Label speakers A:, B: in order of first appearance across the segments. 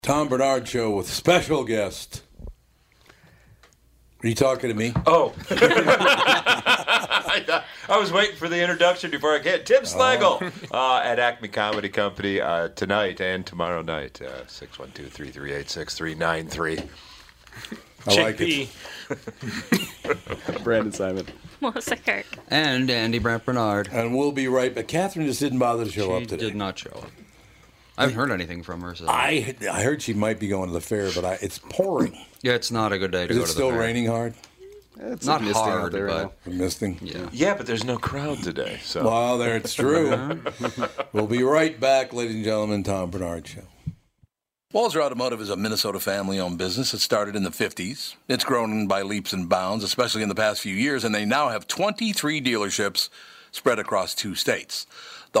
A: Tom Bernard Show with special guest. Are you talking to me?
B: Oh. I, I was waiting for the introduction before I get Tim Slagle
C: Oh.
B: uh, at Acme Comedy Company uh, tonight and tomorrow night. uh, Six one two three three eight six three nine three.
A: I like it.
D: Brandon Simon.
E: Melissa Kirk.
C: And Andy Brant Bernard.
A: And we'll be right back. Catherine just didn't bother to show
C: She
A: up today.
C: did not show up. I haven't heard anything from her. So.
A: I I heard she might be going to the fair, but I, it's pouring.
C: yeah, it's not a good day to
A: Is
C: go
A: it
C: to
A: still
C: the fair.
A: raining hard?
D: It's
C: Not
D: misting out
C: hard,
D: right
C: but-
D: now.
A: I'm misting.
C: Yeah.
B: Yeah, but there's no crowd today, so
A: Well, there it's true. we'll be right back, ladies and gentlemen. Tom Bernard Show. Walzer Automotive is a Minnesota family owned business that started in the 50s. It's grown by leaps and bounds, especially in the past few years, and they now have 23 dealerships spread across two states. The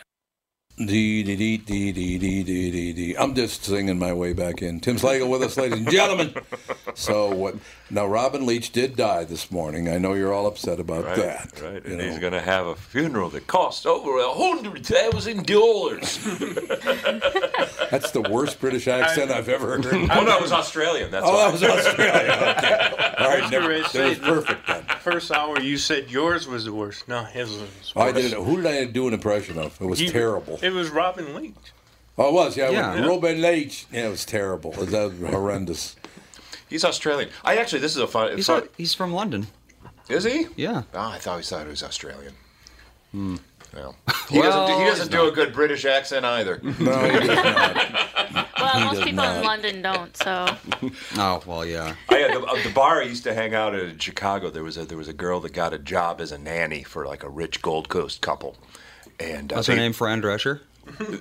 A: Dee, dee, dee, dee, dee, dee, dee, dee, dee. I'm just singing my way back in. Tim Slagle with us, ladies and gentlemen. So what? Now, Robin Leach did die this morning. I know you're all upset about
B: right,
A: that.
B: right.
A: you
B: And
A: know.
B: he's going to have a funeral that costs over a hundred thousand dollars.
A: That's the worst British accent I've ever heard.
B: Oh no, it was Australian. That's
A: Oh, that
B: why.
A: was Australia. Okay. All right, never,
F: Rich,
A: that was perfect then.
F: First hour, you said yours was the worst. No, his was. worse.
A: Oh, I did. Who did I do an impression of? It was
F: You-
A: terrible.
F: It was Robin Leach.
A: oh, it was. Yeah, it was
C: Yeah.
A: Robin Leach. Yeah, it was terrible. It was horrendous.
B: He's Australian. I actually, this is a fun.
C: He's,
B: fun
C: not, he's from London.
B: is he?
C: Yeah.
B: Oh, I thought we thought he was Australian. No. He doesn't, do, he doesn't do a good British accent either.
D: Well,
C: He
D: most
C: does
D: people in
C: not.
D: London don't, so
C: Oh well, yeah.
B: I had the, uh, the bar I used to hang out at in Chicago. There was a there was a girl that got a job as a nanny for like a rich Gold Coast couple, and uh,
C: What's her
B: they-
C: name? Fran Drescher.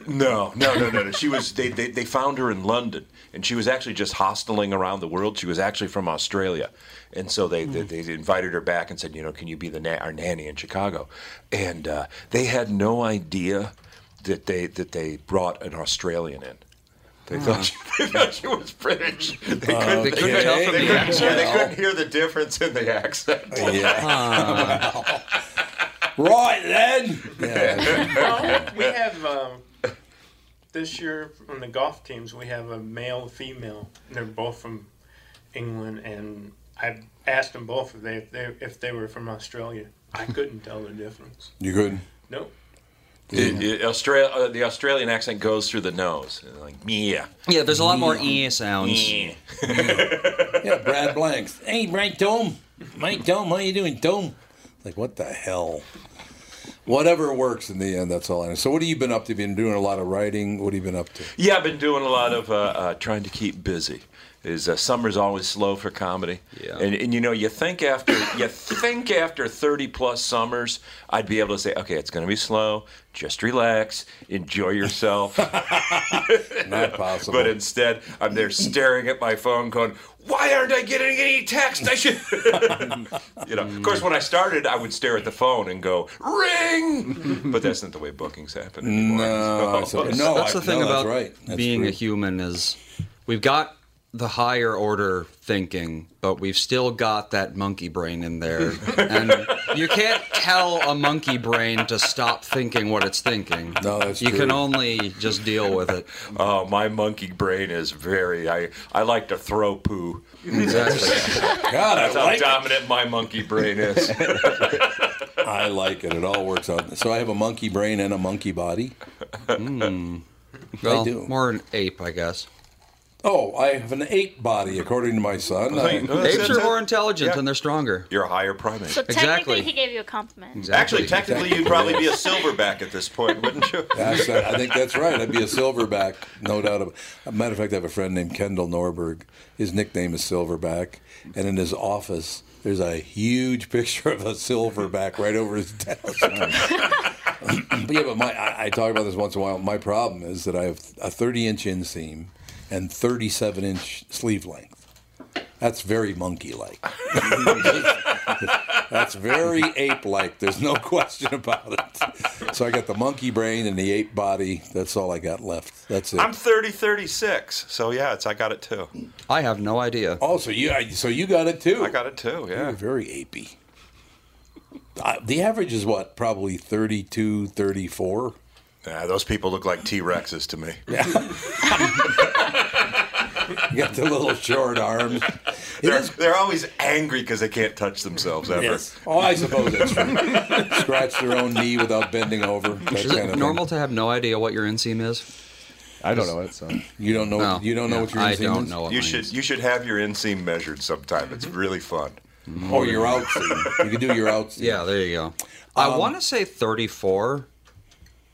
B: No, no, no, no, no. She was they, they they found her in London, and she was actually just hosteling around the world. She was actually from Australia, and so they they, they invited her back and said, you know, can you be the na- our nanny in Chicago? And uh, they had no idea that they that they brought an Australian in. They thought she, they thought she was British. They couldn't,
C: Hmm. They couldn't tell from
B: they
C: the
B: couldn't- yeah, they
C: accent.
B: couldn't hear the difference in the accent.
A: Right then.
F: Well, we have um, this year on the golf teams we have a male and female. They're both from England, and I asked them both if they if they, if they were from Australia. I couldn't tell the difference.
A: You good?
F: Nope.
B: It- it- Austra- uh, the Australian accent goes through the nose, like yeah.
C: Yeah, there's a lot more e sounds.
B: yeah.
A: Yeah, Brad Blanks. Hey, Mike Dome. Mike Dome, how you doing, Dome? Like, what the hell? Whatever works in the end, that's all I know. So what have you been up to? Been doing a lot of writing? What have you been up to?
B: Yeah, I've been doing a lot of uh, uh, trying to keep busy. Is uh, summer's always slow for comedy?
C: Yeah.
B: And, and you know, you think after you think after thirty plus summers, I'd be able to say, okay, it's going to be slow. Just relax, enjoy yourself.
A: Not possible.
B: but instead, I'm there staring at my phone, going, "Why aren't I getting any text? I should." you know, of course, when I started, I would stare at the phone and go, "Ring," but that's not the way bookings happen anymore.
A: no, I
B: So-
A: suppose- no,
C: That's
A: Oh, I-
C: the thing
A: no,
C: about
A: that's right. That's
C: being a
A: true.
C: human is we've got the higher order thinking, but we've still got that monkey brain in there. and you can't tell a monkey brain to stop thinking what it's thinking.
A: No, that's
C: You can
A: true.
C: only just deal with it.
B: Oh, my monkey brain is very. I I like to throw poo.
C: Exactly.
A: God, I
B: That's how
A: like, it.
B: dominant my monkey brain is.
A: I like it. It all works out. So I have a monkey brain and a monkey body.
C: Well,
A: do.
C: more an ape, I guess.
A: Oh, I have an ape body, according to my son. I-
C: Apes are more intelligent
B: Yeah.
C: and they're stronger.
B: You're a higher primate.
D: so
C: Exactly.
D: technically he gave you a compliment.
B: Actually, technically, you'd probably be a silverback at this point, wouldn't you?
A: That's, uh, I think that's right. I'd be a silverback, no doubt. About. As a matter of fact, I have a friend named Kendall Norberg. His nickname is Silverback, and in his office, there's a huge picture of a silverback right over his desk. but yeah, but my, I, I talk about this once in a while. My problem is that I have a 30-inch inseam and 37-inch sleeve length. That's very monkey-like. That's very ape like. There's no question about it. So I got the monkey brain and the ape body. That's all I got left. That's it.
B: I'm 30, 36, so yeah, it's I got it too.
C: I have no idea.
A: oh, so you, so you got it too.
B: I got it too.
A: You're
B: Yeah.
A: very apey. Uh, the average is what? Probably 32, 34.
B: Nah, those people look like T Rexes to me.
A: You got the little short arms. It
B: They're,
A: is-
B: they're always angry because they can't touch themselves ever.
A: Oh, I suppose that's true. Scratch their own knee without bending over. That
C: Is
A: kind
C: it
A: of
C: normal to have no idea what your inseam is?
E: I don't know what so.
A: Thing. You don't know.
C: No.
A: You don't know
C: Yeah,
A: what you're.
C: I don't know what
B: You
C: mine
B: should
C: is.
B: you should have your inseam measured sometime. It's really fun.
A: Oh, your out. scene. You can do your out. scene.
C: Yeah, there you go.
A: Um,
C: I want to say 34.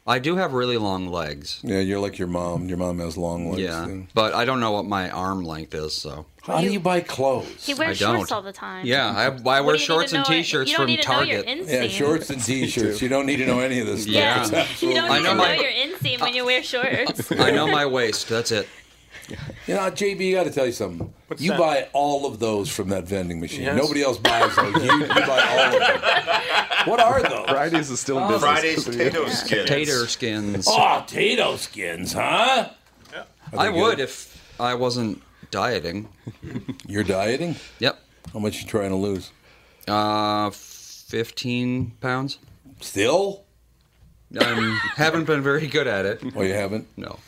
C: I do have really long legs.
A: Yeah, you're like your mom. Your mom has long legs.
C: Yeah,
A: too.
C: but I don't know what my arm length is, so.
A: How do you buy clothes?
D: He wears
C: I don't.
D: shirts all the time.
C: Yeah, I, I
D: What
C: wear
D: do you need to
C: shorts and
D: know it-
C: t-shirts
D: you don't
C: from
D: need to know your
C: Target.
D: inseam.
A: Yeah, shorts and t-shirts. You don't need to know any of this stuff.
C: Yeah.
A: It's
D: You
A: absolutely-
D: don't
C: I
D: even
C: know
D: know,
C: my-
D: your inseam when you wear shorts.
C: I know my waist. That's it.
A: You know, JB, you got to tell you something. you
F: that?
A: buy all of those from that vending machine.
F: Yes.
A: Nobody else buys those. You, you buy all of them. What are those?
E: Fridays is still in business.
B: Oh. Friday's Tato Skin.
C: Tater skins.
A: Oh, tato skins, huh?
C: I would if I wasn't dieting.
A: You're dieting.
C: Yep.
A: How much you trying to lose?
C: Uh, 15 pounds.
A: Still?
C: I haven't been very good at it.
A: Oh, you haven't?
C: No.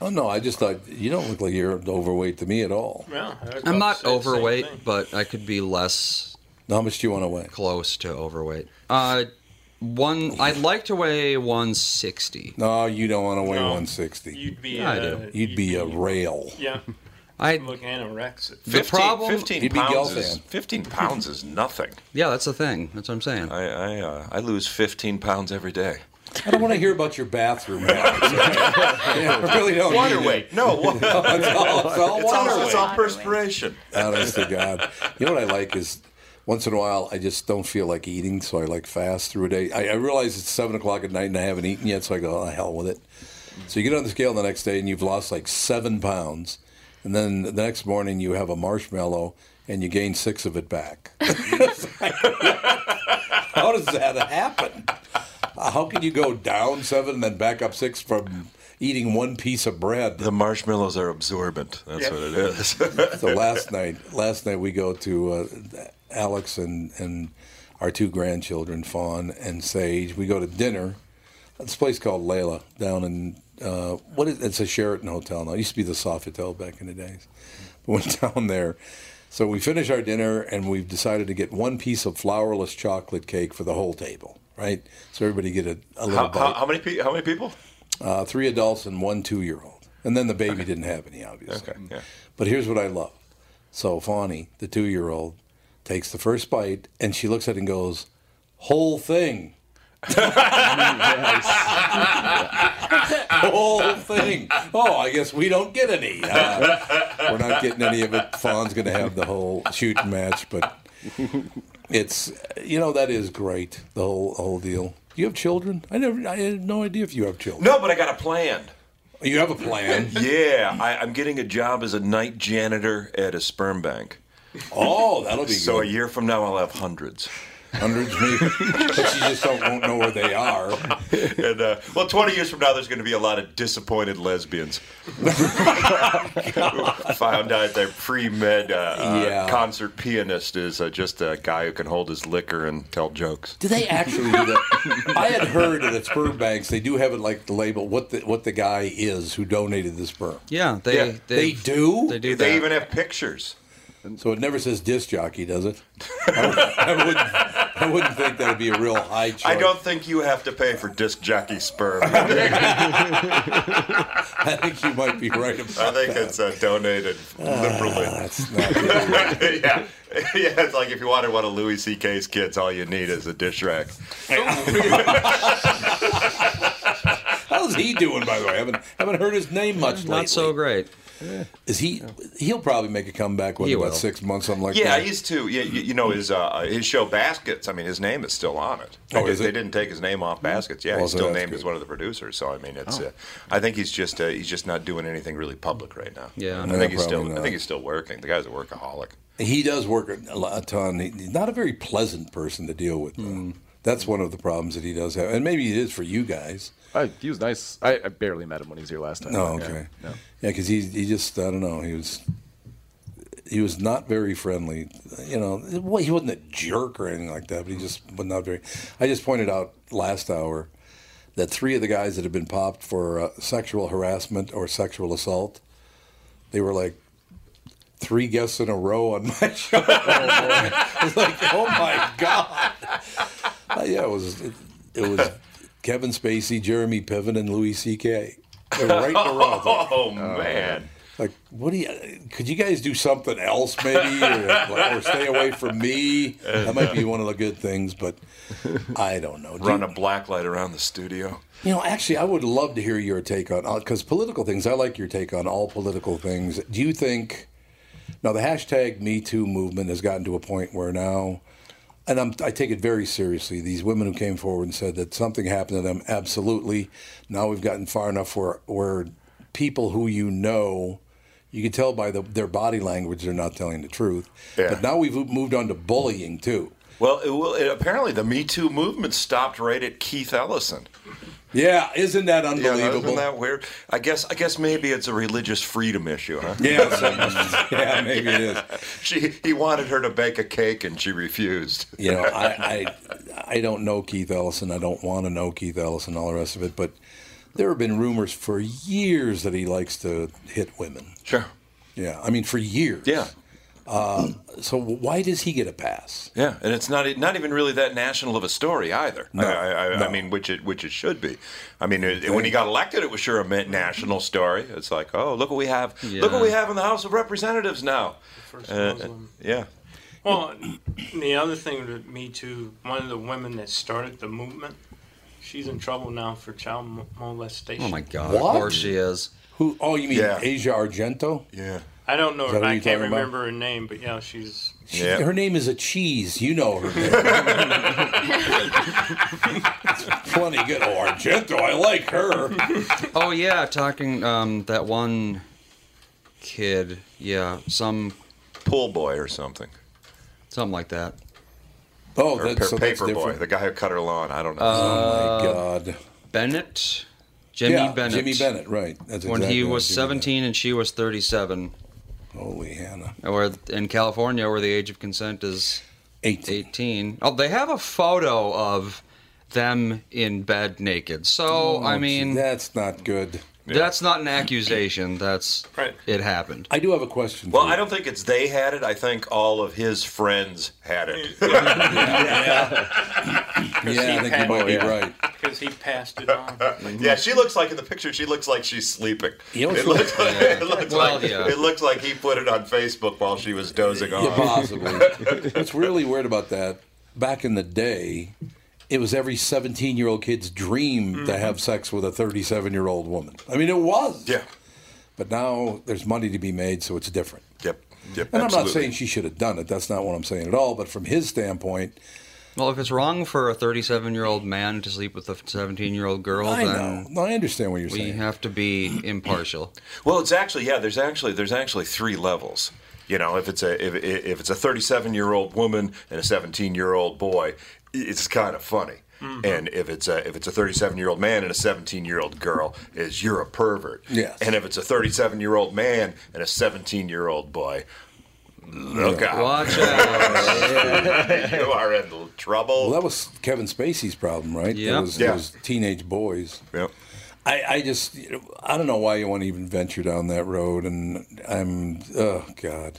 A: Oh no, I just thought you don't look like you're overweight to me at all.
F: Well, I was about
C: I'm
F: to
C: not
F: say the same thing.
C: overweight, but I could be less
A: Now, How much do you want to weigh?
C: close to overweight. Uh, one. I'd like to weigh 160.
A: No, you don't want to weigh
F: No.
A: 160.
F: You'd be.
C: Yeah, I
F: uh,
C: do.
A: You'd be a rail.
F: Yeah,
C: I
F: look anorexic.
C: the problem.
B: 15
A: You'd be
B: pounds
A: Gelfand.
B: is, 15 pounds is nothing.
C: Yeah, that's the thing. That's what I'm saying.
B: I I, uh, I lose 15 pounds every day.
A: I don't want to hear about your bathroom. yeah, I really don't. need
B: Waterway.
A: it.
B: No, wa-
A: it's all, it's all
B: It's all-
A: waterway.
B: It's all perspiration.
A: Honest to God. You know what I like is once in a while I just don't feel like eating, so I like fast through a day. I, I realize it's seven o'clock at night and I haven't eaten yet, so I go, oh, hell with it. So you get on the scale the next day and you've lost like seven pounds, and then the next morning you have a marshmallow and you gain six of it back. How does that happen? How can you go down seven and then back up six from eating one piece of bread?
B: The marshmallows are absorbent. That's
F: Yeah.
B: what it is.
A: So last night, last night we go to uh, Alex and and our two grandchildren, Fawn and Sage. We go to dinner. at This place called Layla down in uh, what is it's a Sheraton hotel now. It used to be the Sofitel back in the days. But went down there. So we finish our dinner and we've decided to get one piece of flourless chocolate cake for the whole table, right? So everybody get a, a little
B: how,
A: bite.
B: how, how many pe- how many people?
A: Uh, three adults and one two-year-old, and then the baby didn't have any, obviously.
B: Okay, yeah.
A: But here's what I love. So Fawny, the two year old, takes the first bite and she looks at it and goes, whole thing. whole thing. Oh, I guess we don't get any. Uh, we're not getting any of it. Fawn's going to have the whole shooting match, but it's, you know, that is great, the whole whole deal. Do you have children? I never, I had no idea if you have children.
B: No, but I got a plan.
A: You have a plan.
B: Yeah, I, I'm getting a job as a night janitor at a sperm bank.
A: Oh, that'll be
B: So a
A: good.
B: year from now, I'll have hundreds.
A: Hundreds, maybe. but you just don't, won't know where they are.
B: And uh, well, 20 years from now, there's going to be a lot of disappointed lesbians who found out their pre-med uh, uh,
A: Yeah.
B: concert pianist is uh, just a guy who can hold his liquor and tell jokes.
A: Do they actually do that? I had heard that at sperm banks they do have it like the label what the what the guy is who donated the sperm.
C: Yeah, they
B: Yeah.
A: They
C: they've-
A: do?
C: They do that.
B: They even have pictures.
A: So it never says disc jockey, does it? I, would, I wouldn't. I wouldn't think that'd be a real high charge.
B: I don't think you have to pay for disc jockey sperm.
A: I think you might be right about
B: I think
A: that.
B: it's uh, donated liberally.
A: That's not.
B: yeah, yeah. It's like if you wanted one of Louis C.K.'s kids, all you need is a dish rack.
A: How's he doing, by the way? I haven't haven't heard his name much lately.
C: Not so great.
A: Is he? He'll probably make a comeback what,
C: He
A: about
C: will.
A: six months, something like
B: Yeah,
A: that.
B: he's too. Yeah,
A: Mm-hmm.
B: you, you know his uh, his show Baskets. I mean, his name is still on it. They,
A: Oh, is it? Mm-hmm.
B: did- they didn't take his name off Baskets. Yeah,
A: Well,
B: he's
A: so
B: still
A: that's
B: named
A: good. Oh.
B: as one of the producers. So I mean, it's. Uh, I think he's just uh, he's just not doing anything really public right now.
C: Yeah.
B: I
C: No,
B: think he's still.
A: probably
B: I
A: not.
B: think he's still working. The guy's a workaholic.
A: He does work a lo- a ton. He- He's not a very pleasant person to deal with. though. That's one of the problems that he does have, and maybe it is for you guys.
E: I, he was nice. I, I barely met him when he was here last time.
A: Oh,
E: Yeah,
A: okay.
E: no.
A: Yeah, because he he just I don't know he was he was not very friendly. You know, well, he wasn't a jerk or anything like that, but he just was not very. I just pointed out last hour that three of the guys that have been popped for uh, sexual harassment or sexual assault, they were like. Three guests in a row on my show. I was like, oh my god! Uh, yeah, it was it, it was Kevin Spacey, Jeremy Piven, and Louis C.K. They were right in a row.
B: Oh man.
A: Like, what do you? Could you guys do something else, maybe, or, or stay away from me? That might be one of the good things, but I don't know. Do
B: Run
A: you-
B: a black light around the studio.
A: you know, actually, I would love to hear your take on because political things. I like your take on all political things. Do you think now the hashtag Me Too movement has gotten to a point where now, and I'm, I take it very seriously. These women who came forward and said that something happened to them, absolutely. Now we've gotten far enough where where people who you know. You can tell by the, their body language they're not telling the truth.
B: Yeah.
A: But now we've moved on to bullying too.
B: Well, it, well it, apparently the Me Too movement stopped right at Keith Ellison.
A: Yeah, isn't that
B: Yeah,
A: unbelievable?
B: isn't that weird? I guess I guess maybe it's a religious freedom issue, huh?
A: yeah, so- yeah, maybe it is.
B: She he wanted her to bake a cake and she refused.
A: you know, I, I I don't know Keith Ellison. I don't want to know Keith Ellison. All the rest of it, but there have been rumors for years that he likes to hit women.
B: Sure.
A: Yeah, I mean for years.
B: Yeah.
A: So why does he get a pass?
B: Yeah, and it's not e, not even really that national of a story either.
A: No,
B: I, I, I,
A: no.
B: I mean, which it which it should be. I mean, it, when he got elected, it was sure a ma- national story. It's like, oh, look what we have! Look what we
C: Yeah.
B: have in the House of Representatives now.
F: First
B: Uh,
F: Muslim.
B: yeah,
F: Well, the other thing with Me Too, one of the women that started the movement, She's in trouble now for child mo- molestation.
C: Oh my god!
A: What?
C: Of course she is.
A: Who? Oh, you mean
B: Yeah.
A: Asia Argento? Yeah.
F: I don't know
A: Is
F: her.
A: that what
F: I
A: you're
F: can't
A: talking about?
F: remember her name, but yeah, she's.
A: She, Her name is a cheese. You know her name. It's plenty good. Oh, Argento, I like her.
C: Oh yeah, talking um that one kid. Yeah, some
B: Pool boy or something.
C: something like that.
A: Oh,
B: Or
A: that's,
B: pa-
A: so that's
B: paper boy,
A: different.
B: the guy who cut her lawn. I don't know.
A: oh my God.
C: Bennett, Uh, Jimmy
A: yeah,
C: Bennett.
A: Jimmy Bennett, right? That's exactly
C: When he
A: what
C: was
A: Jimmy
C: 17 and she was 37,
A: Bennett- Holy Hannah.
C: where in California where the age of consent is
A: Eight.
C: 18. Oh, they have a photo of them in bed naked. So
A: Oh,
C: I mean,
A: that's not good.
C: that's not an accusation. That's
F: Right.
C: it happened.
A: I do have a question.
B: well,
A: for
B: I
A: you.
B: don't think it's they had it. I think all of his friends had it.
A: Yeah, I think you might be right.
F: Because he passed it on.
B: Uh, Yeah, she looks like in the picture. She looks like she's sleeping.
A: You know,
B: It
A: it's
B: looks, like, it, looks
C: Well,
B: like,
C: yeah.
B: it looks like he put it on Facebook while she was dozing
A: Yeah,
B: off.
A: possibly. What's really weird about that, back in the day, it was every 17 year old kid's dream to
B: Mm-hmm.
A: have sex with a 37 year old woman. I mean, it was.
B: Yeah.
A: But now there's money to be made, so it's different.
B: Yep. Yep.
A: And I'm not
B: absolutely.
A: saying she should have done it. That's not what I'm saying at all. But from his standpoint,
C: Well, if it's wrong for a 37-year-old man to sleep with a 17-year-old girl,
A: I know.
C: then
A: No, I understand what you're
C: we
A: saying.
C: have to be impartial.
B: Well, it's actually yeah. There's actually there's actually three levels. You know, if it's a if, if it's a 37 year old woman and a 17 year old boy, it's kind of funny.
A: Mm-hmm.
B: And if it's a if it's a 37 year old man and a 17 year old girl, is you're a pervert.
A: Yes.
B: And if it's a 37 year old man and a 17 year old boy, look out,
C: Watch out.
B: you are in trouble.
A: Well, that was Kevin Spacey's problem, right?
C: Yeah.
A: It was,
B: Yeah.
A: it was teenage boys.
B: Yep.
A: I, I just, you know, I don't know why you want to even venture down that road. And I'm, oh, God.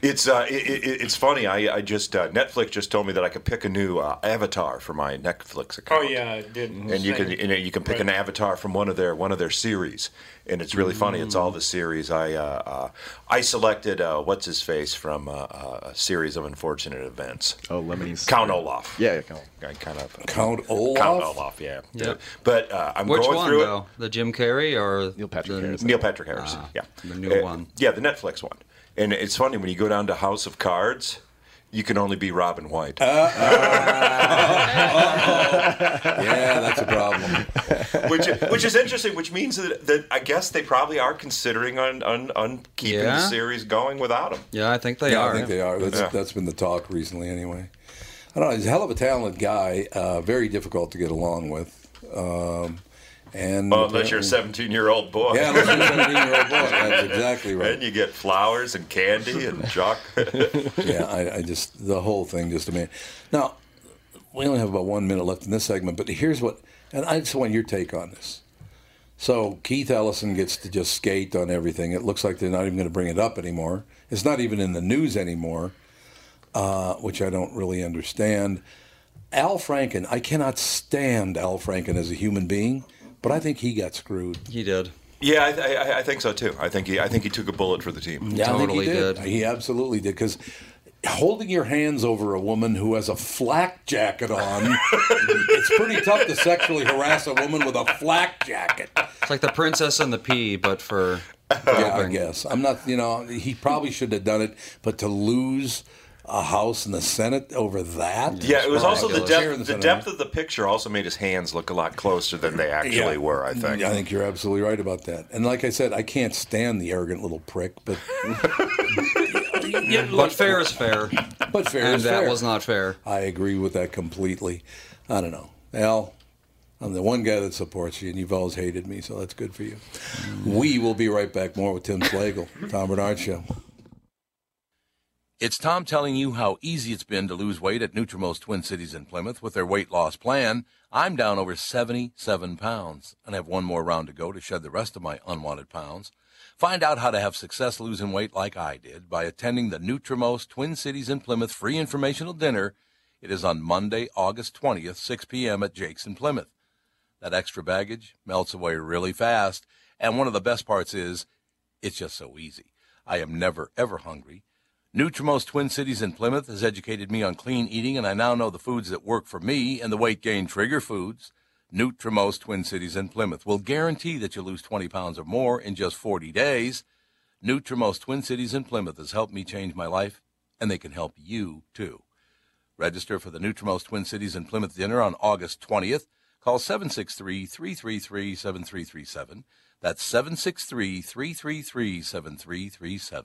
B: It's uh, i i it's funny. I, I just uh, Netflix just told me that I could pick a new uh, avatar for my Netflix
F: Oh
B: account.
F: yeah, I did.
B: and you can you, know, you can pick an avatar from one of their one of their series, and it's really funny. It's
C: Mm.
B: all the series. I uh, uh, I selected uh, what's his face from uh, uh, a series of unfortunate events.
E: Oh, Lemony's.
B: Count Olaf.
E: Yeah, yeah, Count.
B: I kind of uh,
A: Count Olaf?
B: Count Olaf. Yeah.
C: Yep.
B: But uh, I'm
C: Which
B: going
C: one,
B: through
C: though? The Jim Carrey or
E: Neil Patrick
C: the-
E: Harris.
B: Neil Patrick Harris.
C: Ah,
B: yeah.
C: the new
B: Uh,
C: one.
B: Yeah, the Netflix one. And it's funny when you go down to House of Cards. You can only be Robin White.
A: Yeah, that's a problem.
B: which which is interesting, which means that, that I guess they probably are considering on on, on keeping the
C: Yeah.
B: series going without him.
C: Yeah, I think they
A: Yeah,
C: are.
A: I think they are. That's
B: Yeah.
A: that's been the talk recently, anyway. I don't know. He's a hell of a talented guy. Uh, very difficult to get along with. Um, and
B: Well, unless you're a 17 year old boy.
A: yeah, unless you're a seventeen-year-old boy. That's exactly
B: Then
A: right.
B: you get flowers and candy and chocolate.
A: Yeah, I, I just the whole thing just amazing. Now we only have about one minute left in this segment, but here's what, and I just want your take on this. So Keith Ellison gets to just skate on everything. It looks like they're not even going to bring it up anymore. It's not even in the news anymore, uh, which I don't really understand. Al Franken, I cannot stand Al Franken as a human being, but I think he got screwed.
C: He did.
B: yeah, I, I, I- I think so too. I think he I think he took a bullet for the team.
A: Yeah, I think he
C: Totally
A: did.
C: did.
A: He absolutely did because holding your hands over a woman who has a flak jacket on, it's pretty tough to sexually harass a woman with a flak jacket.
C: It's like the Princess and the Pea, but for
A: Yeah, I
C: groping.
A: guess I'm not. You know, he probably should have done it, but to lose a house in the Senate over that.
B: Yeah, it was also the
C: ridiculous.
A: Here in
B: depth.
A: the
B: The
A: center.
B: depth of the picture also made his hands look a lot closer than they actually were. I think.
A: I think you're absolutely right about that. And like I said, I can't stand the arrogant little prick, but
C: But fair is fair.
A: but fair
C: and
A: is
C: that
A: fair.
C: was not fair.
A: I agree with that completely. I don't know. Al, I'm the one guy that supports you, and you've always hated me, so that's good for you. We will be right back more with Tim Slagle, Tom Bernard Show.
G: It's Tom telling you how easy it's been to lose weight at Nutrimost Twin Cities in Plymouth with their weight loss plan. I'm down over 77 pounds and have one more round to go to shed the rest of my unwanted pounds. Find out how to have success losing weight like I did by attending the Nutrimost Twin Cities in Plymouth free informational dinner. It is on Monday, August 20th, 6 p.m. at Jake's in Plymouth. That extra baggage melts away really fast, and one of the best parts is it's just so easy. I am never, ever hungry. Nutrimost Twin Cities in Plymouth has educated me on clean eating, and I now know the foods that work for me and the weight gain trigger foods.
A: Nutrimos Twin Cities and Plymouth will guarantee that you lose 20 pounds or more in just 40 days. Nutrimos Twin Cities and Plymouth has helped me change my life, and they can help you too. Register for the Nutrimos Twin Cities and Plymouth dinner on August 20th. Call 763-333-7337. That's 763-333-7337.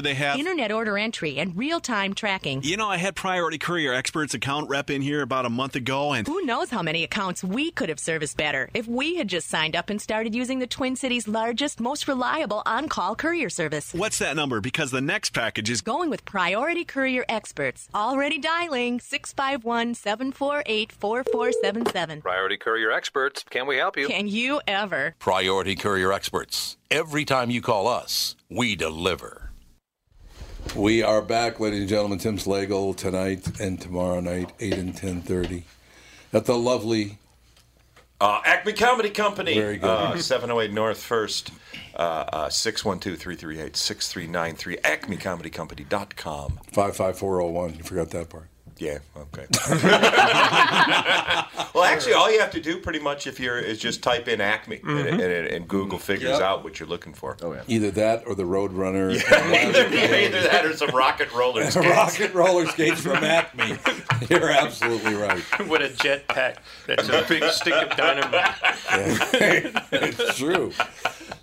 H: they have.
F: Internet order entry and real time tracking.
H: You know, I had Priority Courier Experts account rep in here about a month ago, and
F: Who knows how many accounts we could have serviced better if we had just signed up and started using the Twin Cities' largest, most reliable on call courier service.
H: what's that number? Because the next package is
F: Going with Priority Courier Experts. Already dialing 651 748 4477.
I: Priority Courier Experts. Can we help you?
F: Can you ever?
A: Priority Courier Experts. Every time you call us, we deliver. We are back, ladies and gentlemen. Tim Slagle tonight and tomorrow night, eight and ten thirty, at the lovely
B: Uh, Acme Comedy Company.
A: Very good.
B: Uh, 708 North First, uh, uh, 612-338-6393, acmecomedycompany.com.
A: five five four zero one. You forgot that part.
B: Yeah. Okay. Well, actually, all you have to do pretty much if you're is just type in Acme and,
A: Mhm.
B: and, and Google figures
A: Yep.
B: out what you're looking for. Oh, yeah.
A: Either that or the Roadrunner.
B: either, either that or some rocket rollers.
A: Rocket roller skates from Acme. You're absolutely right.
J: With a jet pack. That's a big stick of dynamite.
A: it's true.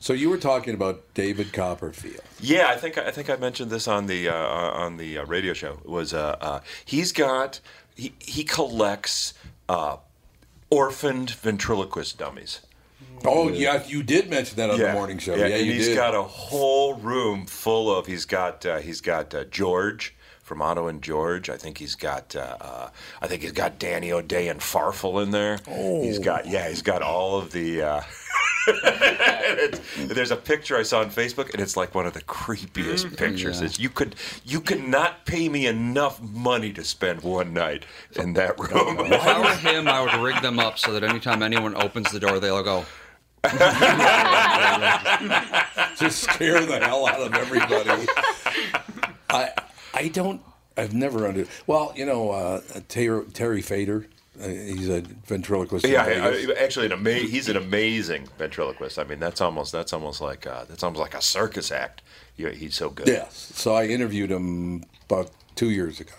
A: So you were talking about David Copperfield.
B: Yeah, I think I think I mentioned this on the uh, on the uh, radio show. It was uh, uh, he's got he he collects uh, orphaned ventriloquist dummies.
A: Oh yeah, you did mention that on the morning show. Yeah,
B: and
A: you
B: he's
A: did.
B: got a whole room full of. He's got uh, he's got uh, George from Otto and George. I think he's got uh, uh, I think he's got Danny O'Day and Farfel in there. He's
D: Oh.
B: got yeah, he's got all of the. Uh, it's- there's a picture I saw on Facebook, and it's like one of the creepiest
A: Mm.
B: pictures.
D: Yeah.
B: It's- you could you could not pay me enough money to spend one night in that room.
C: If I were him, I would rig them up so that anytime anyone opens the door, they'll go.
A: Just scare the hell out of everybody. I I don't. I've never under. Well, you know, uh, Terry, Terry Fader. Uh, he's a ventriloquist. in
B: Yeah,
A: Vegas.
B: I, I, actually, an ama- he's an amazing ventriloquist. I mean, that's almost that's almost like uh, that's almost like a circus act. Yeah, he's so good.
A: Yes. So I interviewed him about two years ago,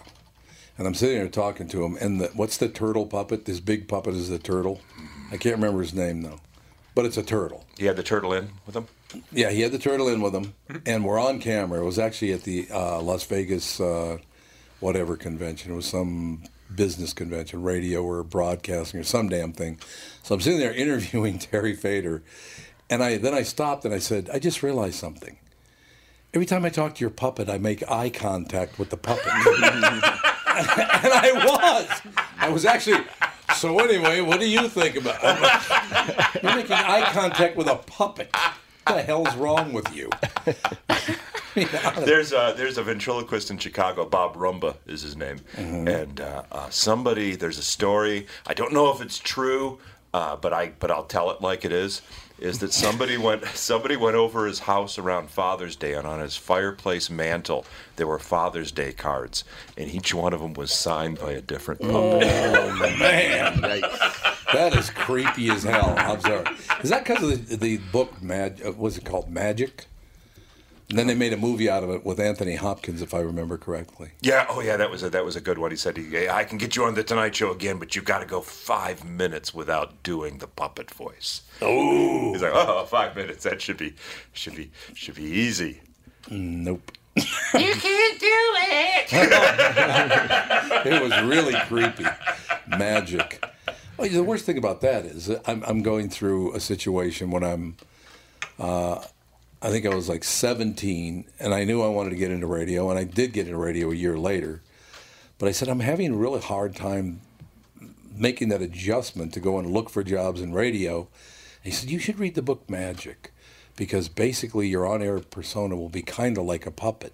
A: and I'm sitting there talking to him. And the, what's the turtle puppet? This big puppet is the turtle. I can't remember his name though, but it's a turtle.
B: He had the turtle in with him.
A: Yeah, he had the turtle in with him, and we're on camera. It was actually at the uh, Las Vegas, uh, whatever convention. It was some business convention, radio or broadcasting or some damn thing. So I'm sitting there interviewing Terry Fader, and I then I stopped and I said, I just realized something. Every time I talk to your puppet, I make eye contact with the puppet, and I was, I was actually. So anyway, what do you think about? I'm like, You're making eye contact with a puppet. What the hell's wrong with you?
B: There's a there's a ventriloquist in Chicago. Bob Rumba is his name, and uh, uh, somebody there's a story. I don't know if it's true, uh, but I but I'll tell it like it is. Is that somebody went somebody went over his house around Father's Day, and on his fireplace mantle there were Father's Day cards, and each one of them was signed by a different puppet.
A: man, that is creepy as hell. I'm sorry. Is that because of the, the book Mag? uh, What's it called? Magic. And then they made a movie out of it with Anthony Hopkins, if I remember correctly.
B: Yeah, oh yeah, that was a, that was a good one. He said, "Yeah, "I can get you on the Tonight Show again, but you got to go five minutes without doing the puppet voice."
A: Oh,
B: he's like, "Oh, five minutes. That should be, should be, should be easy."
A: Nope.
D: You can't do it.
A: It was really creepy. Magic. Well, the worst thing about that is I'm, I'm going through a situation when I'm, uh, I think I was like 17, and I knew I wanted to get into radio, and I did get into radio a year later. But I said, I'm having a really hard time making that adjustment to go and look for jobs in radio. He said, You should read the book Magic because basically your on air persona will be kind of like a puppet.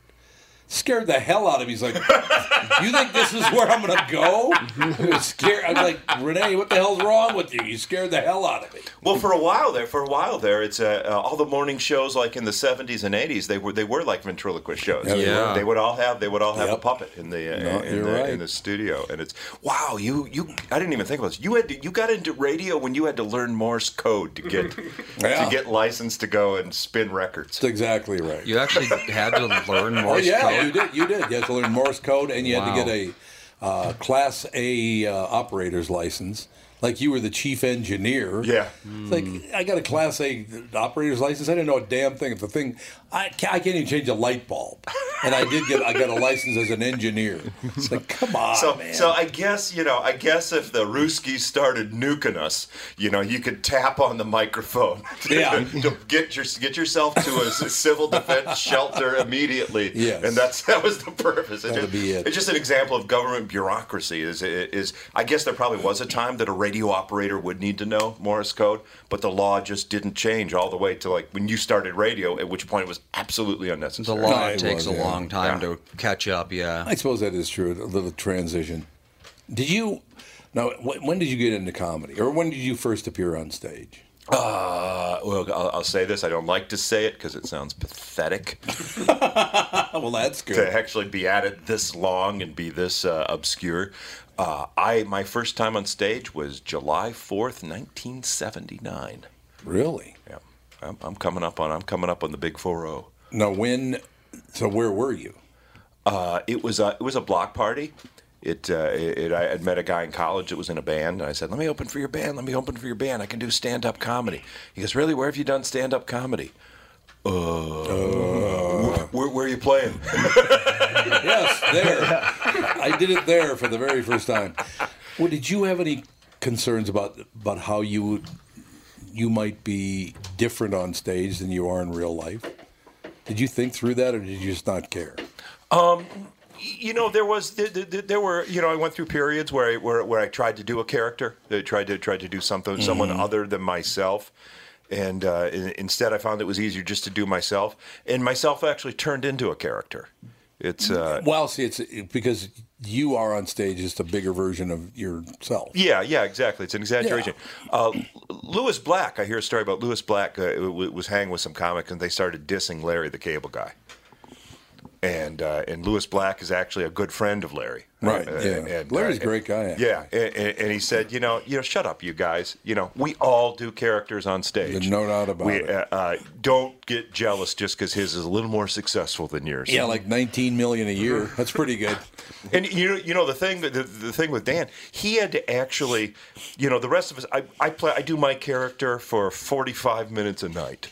A: Scared the hell out of me. He's like, You think this is where I'm going to go? I was scared. I was like, Renee, what the hell's wrong with you? You scared the hell out of me.
B: Well, for a while there, for a while there, it's uh, uh, all the morning shows like in the '70s and '80s. They were they were like ventriloquist shows.
C: Yeah, they
B: They,
C: were.
B: would, all have they would all have a puppet in the, uh,
C: No,
B: in,
C: you're
B: the
C: right.
B: in the studio, and it's wow. You you I didn't even think about this. You had to, you got into radio when you had to learn Morse code to get
A: Yeah.
B: to get licensed to go and spin records. That's
A: exactly right.
C: You actually had to learn
A: Oh,
C: Morse
A: yeah,
C: code.
A: you did. You did. You had to learn Morse code, and you
C: Wow.
A: had to get a uh, Class A uh, operator's license. Like you were the chief engineer. Yeah. It's like I got a Class A operator's license. I didn't know a damn thing. If the thing, I can't, I can't even change a light bulb, and I did get I got a license as an engineer. It's like come on,
B: so,
A: man.
B: so I guess you know. I guess if the Ruskies started nuking us, you know, you could tap on the microphone to,
A: Yeah.
B: to get your get yourself to a s- civil defense shelter immediately.
A: Yes.
B: and that's that was the purpose. It
A: That'll
B: just-
A: be it.
B: It's just an example of government bureaucracy. Is is I guess there probably was a time that a radio operator would need to know Morse code, but the law just didn't change all the way to like when you started radio, at which point it was absolutely
C: The
B: unnecessary.
C: law takes a long time to catch up. Yeah.
A: I suppose that is true. A little transition. Did you? Now, wh- when did you get into comedy, or when did you first appear on stage?
B: Uh, well, I'll, I'll say this. I don't like to say it because it sounds pathetic.
A: well, that's good.
B: To actually be at it this long and be this uh, obscure. Uh, I my first time on stage was July fourth, nineteen seventy nine.
A: Really?
B: Yeah, I'm, I'm coming up on I'm coming up on the big four oh. zero.
A: Now, when? So, where were you?
B: Uh, it was a, it was a block party. It, uh, it, it I had met a guy in college that was in a band, and I said, "Let me open for your band. Let me open for your band. I can do stand up comedy." He goes, "Really? Where have you done stand up comedy?" Uh, wh- where, where are you playing?
A: yes, there. I did it there for the very first time. Well, did you have any concerns about about how you would- you might be different on stage than you are in real life? Did you think through that, or did you just not care?
B: Um, you know, there was there, there, there were you know I went through periods where I, where where I tried to do a character, I tried to tried to do something someone
A: Mhm.
B: other than myself, and uh, in, instead I found it was easier just to do myself, and myself actually turned into a character. It's uh,
A: well, see, it's because you are on stage just a bigger version of yourself.
B: Yeah, yeah, exactly. It's an exaggeration. Uh, Lewis Black, I hear a story about Lewis Black uh, w- was hanging with some comic and they started dissing Larry the Cable Guy. And uh, and Lewis Black is actually a good friend of Larry.
A: Right,
B: Uh,
A: yeah. Larry's a great guy, actually.
B: Yeah, and, and, and he said, you know, you know, shut up, you guys. You know, we all do characters on stage.
A: No doubt about
B: we,
A: it.
B: Uh, uh, don't get jealous just because his is a little more successful than yours.
A: Yeah, like 19 million a year.
B: Mm-hmm.
A: That's pretty good.
B: And you know, you know the thing that the, the thing with Dan, he had to actually, you know, the rest of us. I, I play, I do my character for forty five minutes a night.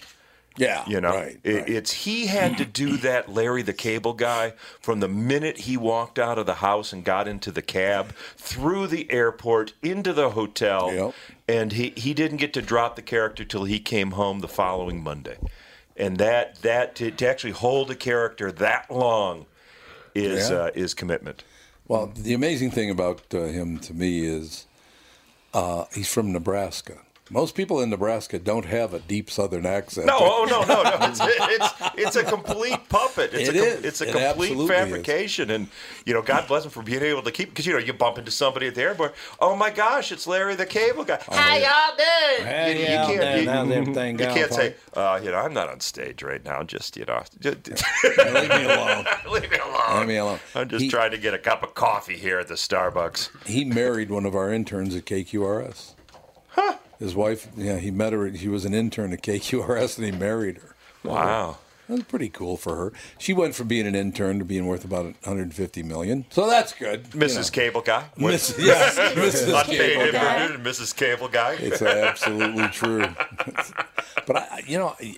A: Yeah,
B: you know, It- it's he had to do that. Larry the Cable Guy, from the minute he walked out of the house and got into the cab, through the airport, into the hotel, and he he didn't get to drop the character till he came home the following Monday, and that that to, to actually hold a character that long is
A: Yeah.
B: uh, is commitment.
A: Well, the amazing thing about uh, him to me is uh, he's from Nebraska. Most people in Nebraska don't have a deep Southern accent.
B: No, oh no, no, no! It's, it's, it's a complete puppet. It's
A: It
B: a, com-
A: is.
B: It's a
A: It
B: complete
A: absolutely is.
B: fabrication, and you know, God bless him for being able to keep. Because you know, you bump into somebody at the airport. Oh my gosh, it's Larry the Cable Guy.
D: How y'all doing?
B: you, you can't, you, you can't say, uh, you know, I'm not on stage right now. Just you know, just,
A: leave me alone.
B: leave me alone.
A: Leave me alone.
B: I'm just
A: He-
B: trying to get a cup of coffee here at the Starbucks.
A: He married one of our interns at KQRS. Huh? His wife, yeah, he met her. She was an intern at KQRS and he married her.
B: Wow.
A: That was pretty cool for her. She went from being an intern to being worth about 150 million. So that's good. you
B: Mrs.
A: know.
B: Cable Guy.
A: Miss- yes, Mrs.
B: Unpaid
A: Cable Guy.
B: interviewed, Mrs. Cable Guy.
A: It's absolutely true. but I, I- you know, I-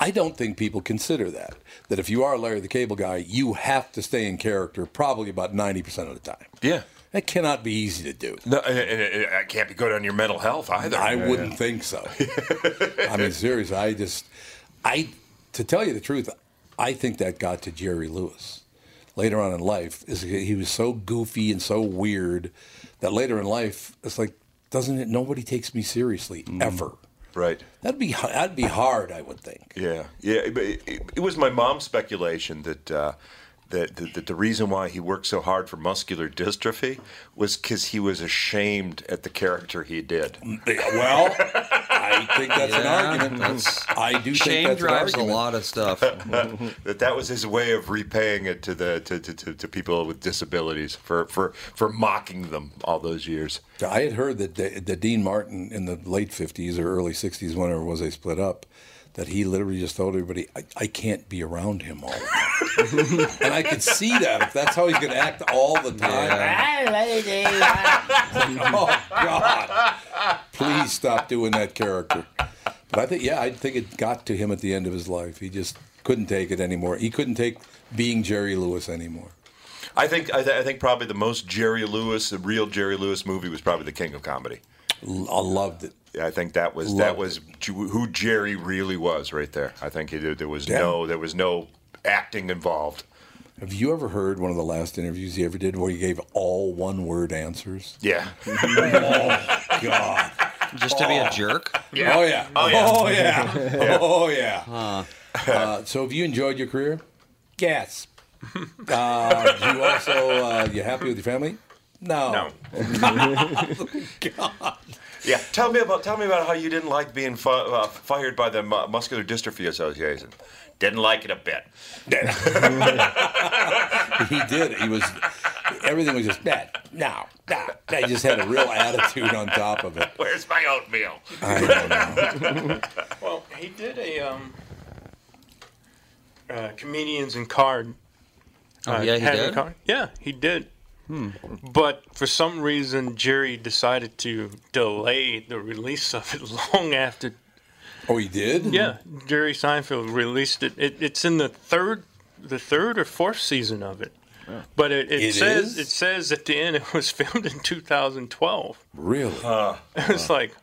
A: I don't think people consider that that if you are Larry the Cable Guy, you have to stay in character probably about ninety percent of the time.
B: Yeah.
A: That cannot be easy to do.
B: No, and, and it, it can't be good on your mental health either.
A: I wouldn't think so. I mean, seriously, I just, I, to tell you the truth, I think that got to Jerry Lewis later on in life. Is he was so goofy and so weird that later in life, it's like, doesn't it? Nobody takes me seriously
C: Mm.
A: ever.
B: Right.
A: That'd be h- that'd be hard, I would think.
B: Yeah, yeah. But it, it, it was my mom's speculation that, uh, that that that the reason why he worked so hard for muscular dystrophy was because he was ashamed at the character he did.
C: Mm,
A: Well, I think that's an argument. I do
C: Shame
A: think that's
C: drives
A: an
C: a
A: argument.
C: lot of stuff.
A: Mm-hmm.
B: that that was his way of repaying it to the to, to, to, to people with disabilities for, for for mocking them all those years.
A: I had heard that, that that Dean Martin in the late 50s or early 60s, whenever it was they split up, that he literally just told everybody, I, I can't be around him all the time. and I could see that if that's how he's going to act all the time. oh, God. Please stop doing that character. But I think, yeah, I think it got to him at the end of his life. He just couldn't take it anymore. He couldn't take being Jerry Lewis anymore.
B: I think I, th- I think probably the most Jerry Lewis, the real Jerry Lewis movie was probably The King of Comedy.
A: I loved it.
B: I think that was that
A: Loved
B: was ju- who Jerry really was right there. I think he, did- there was
A: Yeah.
B: no there was no acting involved.
A: Have you ever heard one of the last interviews he ever did where he gave all one word answers?
B: Yeah.
A: oh, God.
C: Just to be a jerk?
A: Oh, yeah.
C: Oh, yeah.
A: Oh, yeah.
C: Yeah.
A: Oh, yeah. Uh, so, have you enjoyed your career? Yes. Uh, you also, uh, you happy with your family? No. No.
B: Yeah, tell me about tell me about how you didn't like being fi- uh, fired by the Mu- Muscular Dystrophy Association. Didn't like it a bit.
A: he did. He was everything was just bad. No, no. They just had a real attitude on top of it.
B: Where's my oatmeal?
F: well, he did a um, uh, comedians in card. Uh,
C: Oh, yeah, he
F: had a
C: did?
F: card. Yeah, he did.
C: Hmm.
F: But for some reason, Jerry decided to delay the release of it long after.
A: Oh, he did.
F: Yeah, Jerry Seinfeld released it. it it's in the third, the third or fourth season of it. But it, it,
A: It
F: says
A: is?
F: it says at the end it was filmed in 2012.
A: Really?
F: it's like,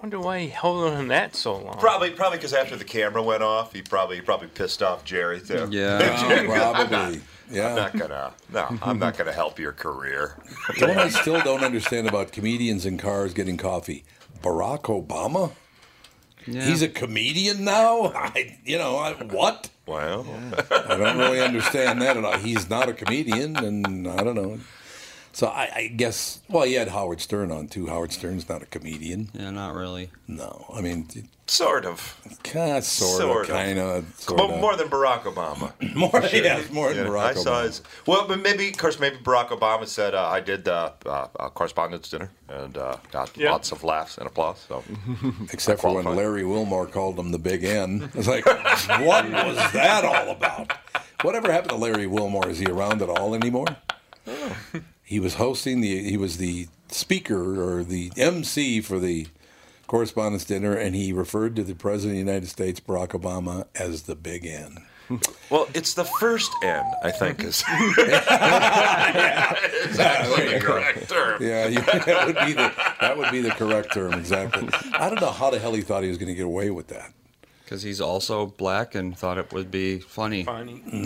F: wonder why he held on to that so long.
B: Probably, probably because after the camera went off, he probably he probably pissed off Jerry too.
A: Yeah, Oh, probably. Yeah.
B: I'm not gonna. No, I'm not gonna help your career.
A: The one I still don't understand about comedians in cars getting coffee. Barack Obama? He's a comedian now? I, you know, I, what?
B: Wow.
A: I don't really understand that at all. He's not a comedian, and I don't know. So I, I guess, well, he had Howard Stern on too. Howard Stern's not a comedian.
C: Yeah, not really.
A: No, I mean,
B: Sort of.
A: kind of, sort of, kind of.
B: Well, more than Barack Obama.
A: More- yes, more than Barack
B: I saw
A: Obama.
B: his. Well, but maybe, of course, maybe Barack Obama said, uh, "I did uh, uh, a correspondence dinner and uh, got
A: Yeah.
B: lots of laughs and applause." So,
A: Except for when Larry Wilmore called him the Big N. It's like, what was that all about? Whatever happened to Larry Wilmore? Is he around at all anymore? He was hosting the, he was the speaker or the MC for the correspondence dinner, and he referred to the President of the United States, Barack Obama, as the Big N.
B: well, it's the first N, I think, is it's actually the correct term.
A: Yeah, you, that would be the that would be the correct term exactly. I don't know how the hell he thought he was going to get away with that.
C: Because he's also black and thought it would be funny.
F: Funny.
C: Hmm,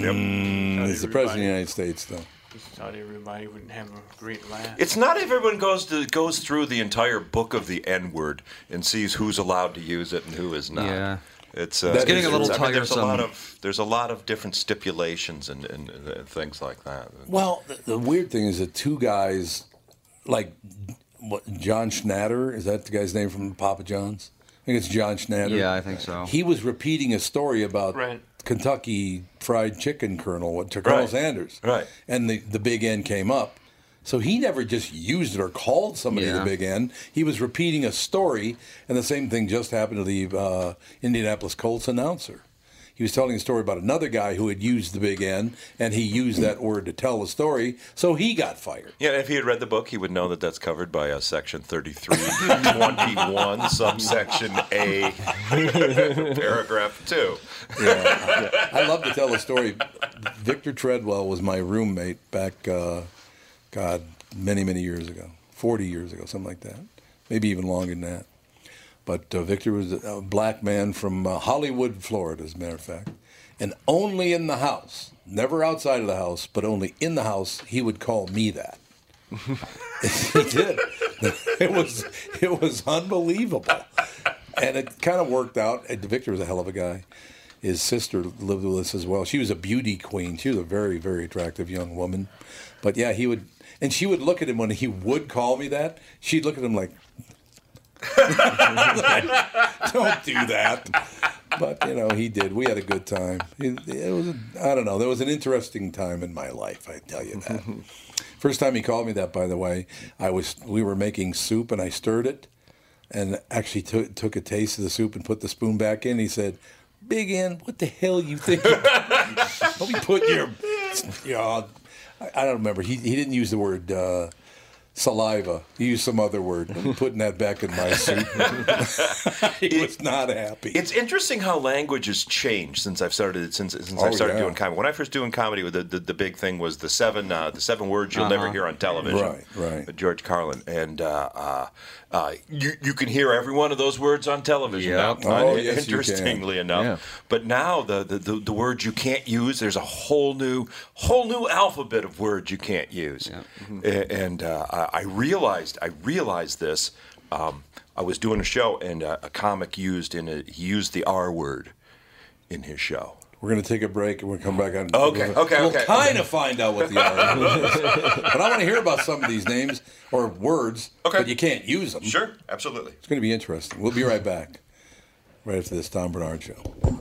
A: Mm, he's the president of the United States, though.
F: Just thought everybody would have a great laugh.
B: It's not everyone goes to, goes through the entire book of the N word and sees who's allowed to use it and who is not.
C: Yeah.
B: It's, uh,
C: It's getting a
B: it's-
C: little
B: I mean, There's a lot
C: tiresome.
B: of there's a lot of different stipulations and, and, and things like that.
A: Well, the, the weird thing is that two guys, like what, John Schnatter, is that the guy's name from Papa John's? I think it's John Schnatter.
C: Yeah, I think so.
A: He was repeating a story about
C: Right.
A: Kentucky Fried Chicken Colonel, what to Colonel
B: Right.
A: Sanders,
B: right?
A: And the the Big N came up, so he never just used it or called somebody the
C: Yeah.
A: Big N. He was repeating a story, and the same thing just happened to the uh, Indianapolis Colts announcer. He was telling a story about another guy who had used the Big N, and he used that word to tell the story, so he got fired.
B: Yeah, if he had read the book, he would know that that's covered by uh, section 3321, subsection A, paragraph 2.
A: Yeah. I love to tell a story. Victor Treadwell was my roommate back, uh, God, many, many years ago, 40 years ago, something like that, maybe even longer than that. But uh, Victor was a black man from uh, Hollywood, Florida, as a matter of fact. And only in the house, never outside of the house, but only in the house, he would call me that. it did. It was it was unbelievable, and it kind of worked out. And Victor was a hell of a guy. His sister lived with us as well. She was a beauty queen. She was a very very attractive young woman, but yeah, he would and she would look at him when he would call me that. She'd look at him like, "Don't do that." But you know, he did. We had a good time. It, it was a, I don't know. There was an interesting time in my life. I tell you that. First time he called me that, by the way, I was we were making soup and I stirred it, and actually took took a taste of the soup and put the spoon back in. He said, "Big N, what the hell you think? Let me put your, yeah, I, I don't remember. He he didn't use the word." Uh, Saliva. He used some other word. I'm putting that back in my soup. he was not happy.
B: It's interesting how language has changed since I've started since since
A: Oh,
B: I started
A: yeah.
B: doing comedy. When I first doing comedy, the the, the big thing was the seven uh, the seven words you'll never
A: Uh-huh.
B: hear on television.
A: Right, right.
B: With George Carlin, and uh, uh, uh, you you can hear every one of those words on television.
A: Yep.
B: Now,
A: Oh,
B: uh,
A: yes, you can.
B: interestingly enough,
A: Yeah.
B: but now the, the the the words you can't use. There's a whole new whole new alphabet of words you can't use. A- And uh, I I realized I realized this. Um, I was doing a show and uh, a comic used in a, he used the R word in his show.
A: We're gonna take a break and we'll come back on.
B: Okay, okay,
A: We'll
B: okay.
A: kind of find out what the R is, but I want to hear about some of these names or words, but you can't use them.
B: Sure, absolutely.
A: It's going to be interesting. We'll be right back. Right after this Tom Bernard show.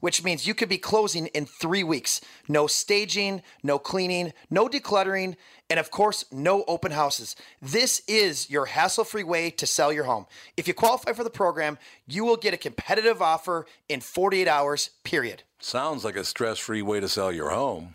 K: which means you could be closing in three weeks. No staging, no cleaning, no decluttering, and of course, no open houses. This is your hassle free way to sell your home. If you qualify for the program, you will get a competitive offer in 48 hours, period.
G: Sounds like a stress free way to sell your home.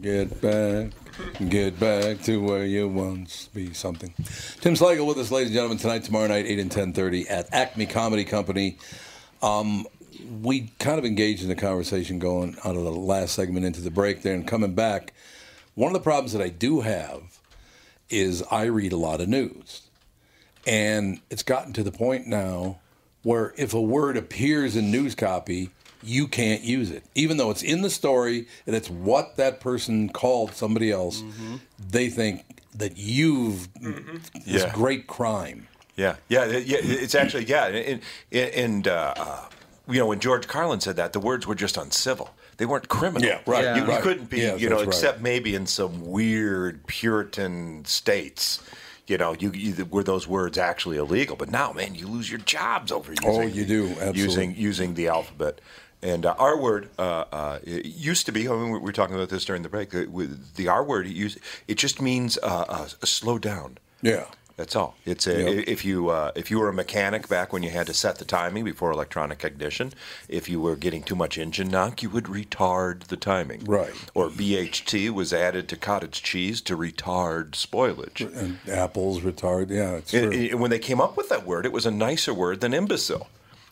A: Get back, get back to where you once be something. Tim Slagle with us, ladies and gentlemen, tonight, tomorrow night, eight and ten thirty at Acme Comedy Company. Um, we kind of engaged in a conversation going out of the last segment into the break there and coming back. One of the problems that I do have is I read a lot of news, and it's gotten to the point now where if a word appears in news copy, you can't use it, even though it's in the story and it's what that person called somebody else. They think that you've this
B: Yeah.
A: great crime.
B: Yeah, yeah, it- yeah. It's actually yeah, and and, and uh, uh, you know when George Carlin said that, the words were just uncivil. They weren't criminal.
A: Yeah, right,
B: You, you
A: right.
B: couldn't be,
A: Yeah,
B: you know,
A: that's right.
B: except maybe in some weird Puritan states. You know, you, you were those words actually illegal, but now, man, you lose your jobs over using.
A: Oh, you do, absolutely.
B: using using the alphabet. And uh, R word uh, uh, it used to be. I mean, we were talking about this during the break. uh, with The R word, it, used, it just means uh, uh, slow down.
A: Yeah.
B: That's all. It's a,
A: Yep.
B: if you uh, if you were a mechanic back when you had to set the timing before electronic ignition, if you were getting too much engine knock, you would retard the timing.
A: Right.
B: Or BHT was added to cottage cheese to retard spoilage.
A: And apples retard. Yeah, it's
B: And-
A: true.
B: and when they came up with that word, it was a nicer word than imbecile.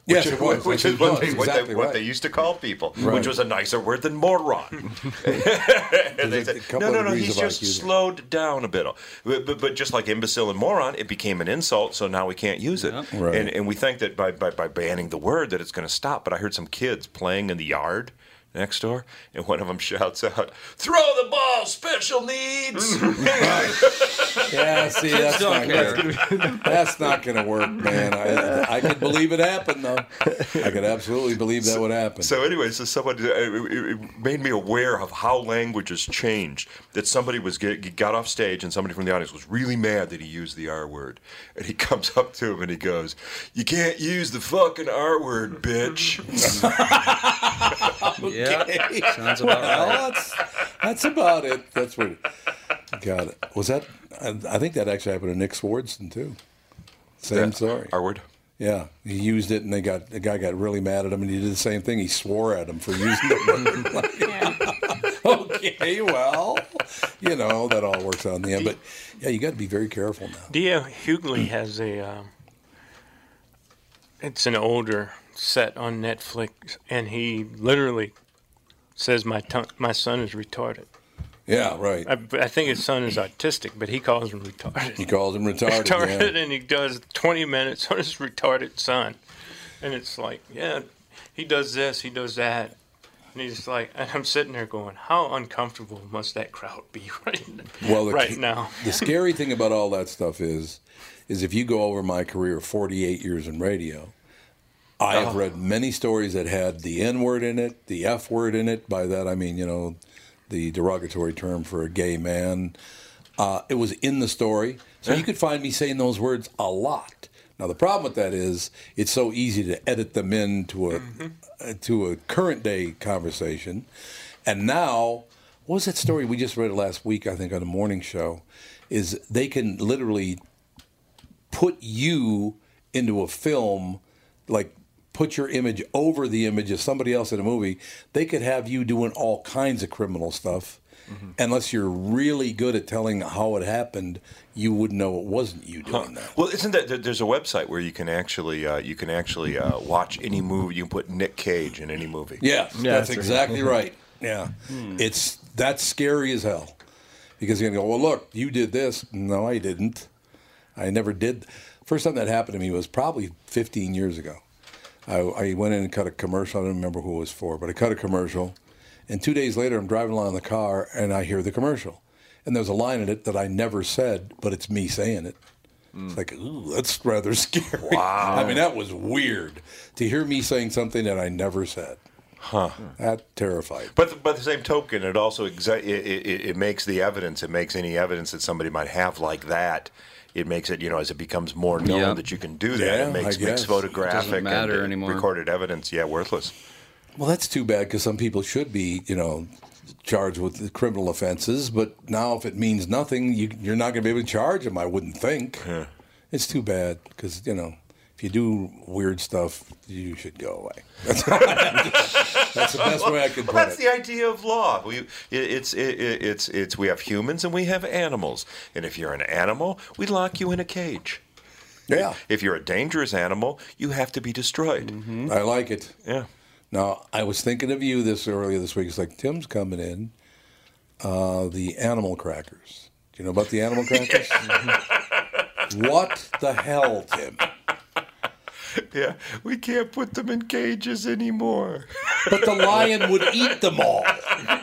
A: Yes,
B: which,
A: it was.
B: which is
A: It
B: what,
A: was,
B: they, what,
A: exactly
B: they, what
A: right.
B: they used to call people,
A: Right.
B: which was a nicer word than moron. And they said,
A: couple
B: no, no,
A: of
B: no,
A: degrees
B: he's
A: of
B: just
A: IQ there."
B: slowed down a bit. But, but, but just like imbecile and moron, it became an insult, so now we can't use it.
A: Right.
B: And, and we think that by, by, by banning the word that it's going to stop. But I heard some kids playing in the yard next door, and one of them shouts out, "Throw the ball, special needs."
A: Yeah, see, that's not, gonna, that's not gonna work, man. I, I could believe it happened, though. I could absolutely believe that would happen.
B: So anyway, so someone it, it it made me aware of how language has changed. That somebody was get, got off stage and somebody from the audience was really mad that he used the R word, and he comes up to him and he goes, "You can't use the fucking R word, bitch."
C: Yeah, sounds about
A: well,
C: right.
A: That's, that's about it. That's what. Got it. Was that? I, I think that actually happened to Nick Swardson too. Same
B: Yeah,
A: story.
B: R word.
A: Yeah, he used it, and they got the guy got really mad at him, and he did the same thing. He swore at him for using the word. okay, well, you know that all works out in the end, but yeah, you got to be very careful now.
F: Dia Hughley has a. Um, it's an older set on Netflix, and he literally says my ton- my son is retarded.
A: Yeah, right.
F: I, I think his son is autistic, but he calls him retarded.
A: He calls him retarded.
F: Retarded,
A: yeah.
F: and he does 20 minutes on his retarded son, and it's like, yeah, he does this, he does that, and he's like, and I'm sitting there going, how uncomfortable must that crowd be right,
A: Well, the,
F: right now?
A: the scary thing about all that stuff is, is if you go over my career, of 48 years in radio, I have
F: Uh-huh.
G: Oh.
A: read many stories that had the N word in it, the F word in it. By that I mean, you know, the derogatory term for a gay man. Uh, it was in the story, so you could find me saying those words a lot. Now the problem with that is it's so easy to edit them into a
F: Mm-hmm.
A: uh, to a current day conversation, and now what was that story we just read it last week? I think on the morning show, is they can literally put you into a film, like put your image over the image of somebody else in a movie, they could have you doing all kinds of criminal stuff. Unless you're really good at telling how it happened, you would know it wasn't you doing that.
B: Well, isn't that there- there's a website where you can actually uh, you can actually uh, watch any movie. You can put Nick Cage in any movie.
A: Yeah, that's, exactly right. Yeah,
B: Hmm.
A: it's that's scary as hell because you're gonna go, well, look, you did this. No, I didn't. I never did. First time that happened to me was probably 15 years ago. I, I went in and cut a commercial. I don't remember who it was for, but I cut a commercial. And two days later, I'm driving along in the car and I hear the commercial. And there's a line in it that I never said, but it's me saying it. It's like, ooh, that's rather scary.
G: Wow.
A: I mean, that was weird to hear me saying something that I never said.
B: Huh.
A: That terrified.
B: But th- by the same token, it also exa- it, it, it- it makes the evidence. It makes any evidence that somebody might have like that. It makes it you know as it becomes more known
C: Yeah.
B: that you can do that.
A: Yeah,
B: it
A: I
B: makes
A: guess.
B: makes
A: It doesn't
B: photographic
C: matter
B: and uh,
C: anymore.
B: recorded evidence. Yeah, worthless.
A: Well, that's too bad because some people should be, you know, charged with criminal offenses. But now, if it means nothing, you, you're not going to be able to charge them. I wouldn't think. It's too bad because you know, if you do weird stuff, you should go away. That's, all I- that's the best way I could
B: Well,
A: put
B: that's
A: it.
B: the idea of law. We, it, it's it, it- it's it's we have humans and we have animals, and if you're an animal, we lock you in a cage.
A: Yeah.
B: If you're a dangerous animal, you have to be destroyed.
C: Mm-hmm.
A: I like it.
B: Yeah.
A: Now I was thinking of you this earlier this week. It's like Tim's coming in. Uh, the animal crackers. Do you know about the animal crackers? what the hell, Tim?
B: Yeah, we can't put them in cages anymore.
A: But the lion would eat them all.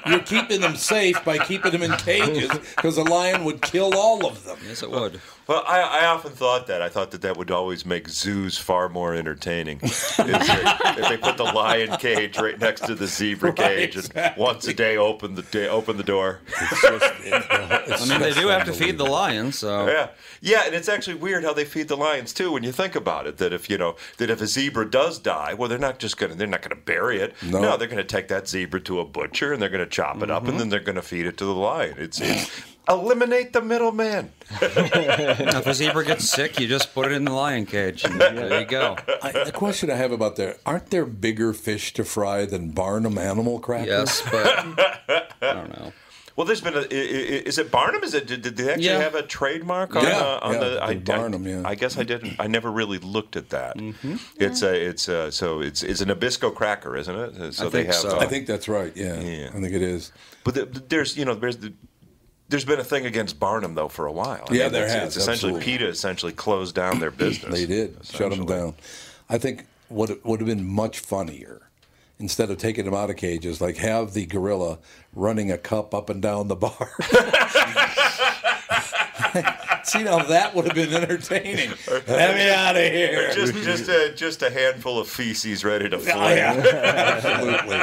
A: You're keeping them safe by keeping them in cages because the lion would kill all of them.
C: Yes, it would.
B: Well, I, I often thought that. I thought that that would always make zoos far more entertaining. if, they, if they put the lion cage right next to the zebra cage and once a day open the day, open the door.
C: I mean, they do have to feed the lion, so
B: Yeah, yeah, and it's actually weird how they feed the lions too. When you think about it, that if you know that if a zebra does die, well, they're not just gonna they're not gonna bury it.
G: No.
B: they're gonna take that zebra to a butcher and they're gonna chop it up and then they're gonna feed it to the lion. It's, it's eliminate the middleman.
C: if a zebra gets sick, you just put it in the lion cage. And there you go.
A: I, the question I have about there aren't there bigger fish to fry than Barnum animal crackers?
C: Yes, but I don't know.
B: Well, there's been a. i- i- Is it Barnum? Is it? Did did they actually
C: Yeah.
B: have a trademark on,
C: Yeah,
B: uh, on
C: yeah,
B: the? I,
C: the Barnum,
B: I, I guess I didn't. I never really looked at that.
A: Mm-hmm.
B: It's a. It's a. So it's it's an Nabisco cracker, isn't it? Uh, So they have. uh,
A: I think that's right. Yeah, I think it is.
B: But the, the- there's you know there's the, there's been a thing against Barnum though for a while.
A: Yeah, there
B: it's,
A: has,
B: It's essentially
A: absolutely.
B: PETA essentially closed down their business.
A: They did shut them down. I think what would have been much funnier instead of taking them out of cages, like have the gorilla running a cup up and down the bar. See, now that would have been entertaining. Let me out of here.
B: Just, just, a, just a handful of feces ready to
A: Oh,
B: fly.
A: yeah. Absolutely.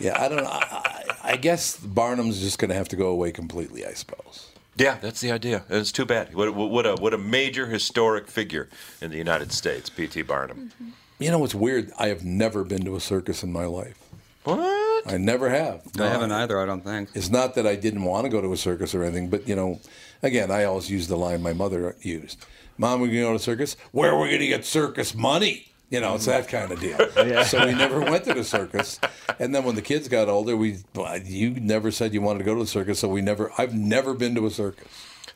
A: Yeah, I don't know. I, I I guess Barnum's just going to have to go away completely, I suppose.
B: Yeah, that's the idea. And It's too bad. What, what, what a what a major historic figure in the United States, P.T. Barnum.
A: You know what's weird? I have never been to a circus in my life.
B: What?
A: I never have.
C: I haven't
B: Uh,
C: either, I don't think.
A: It's not that I didn't want to go to a circus or anything, but, you know, again, I always use the line my mother used Mom, we're going to go to a circus? Where are we going to get circus money? You know, it's that kind of deal.
L: Yeah.
A: So we never went to the circus. And then when the kids got older, we you never said you wanted to go to the circus, so we never. I've never been to a circus.